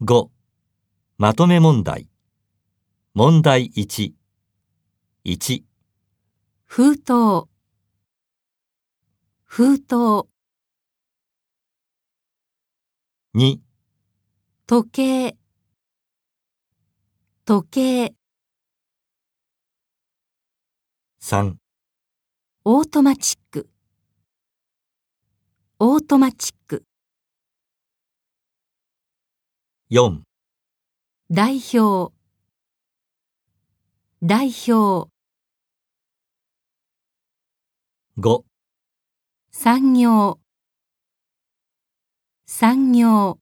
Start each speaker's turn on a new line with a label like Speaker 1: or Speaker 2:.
Speaker 1: 5. まとめ問題。問題1。1、
Speaker 2: 封筒、封筒、
Speaker 1: 2、
Speaker 2: 時計、時計、
Speaker 1: 3、
Speaker 2: オートマチック、オートマチック、
Speaker 1: 4、
Speaker 2: 代表、代表、
Speaker 1: 5。
Speaker 2: 産業、産業、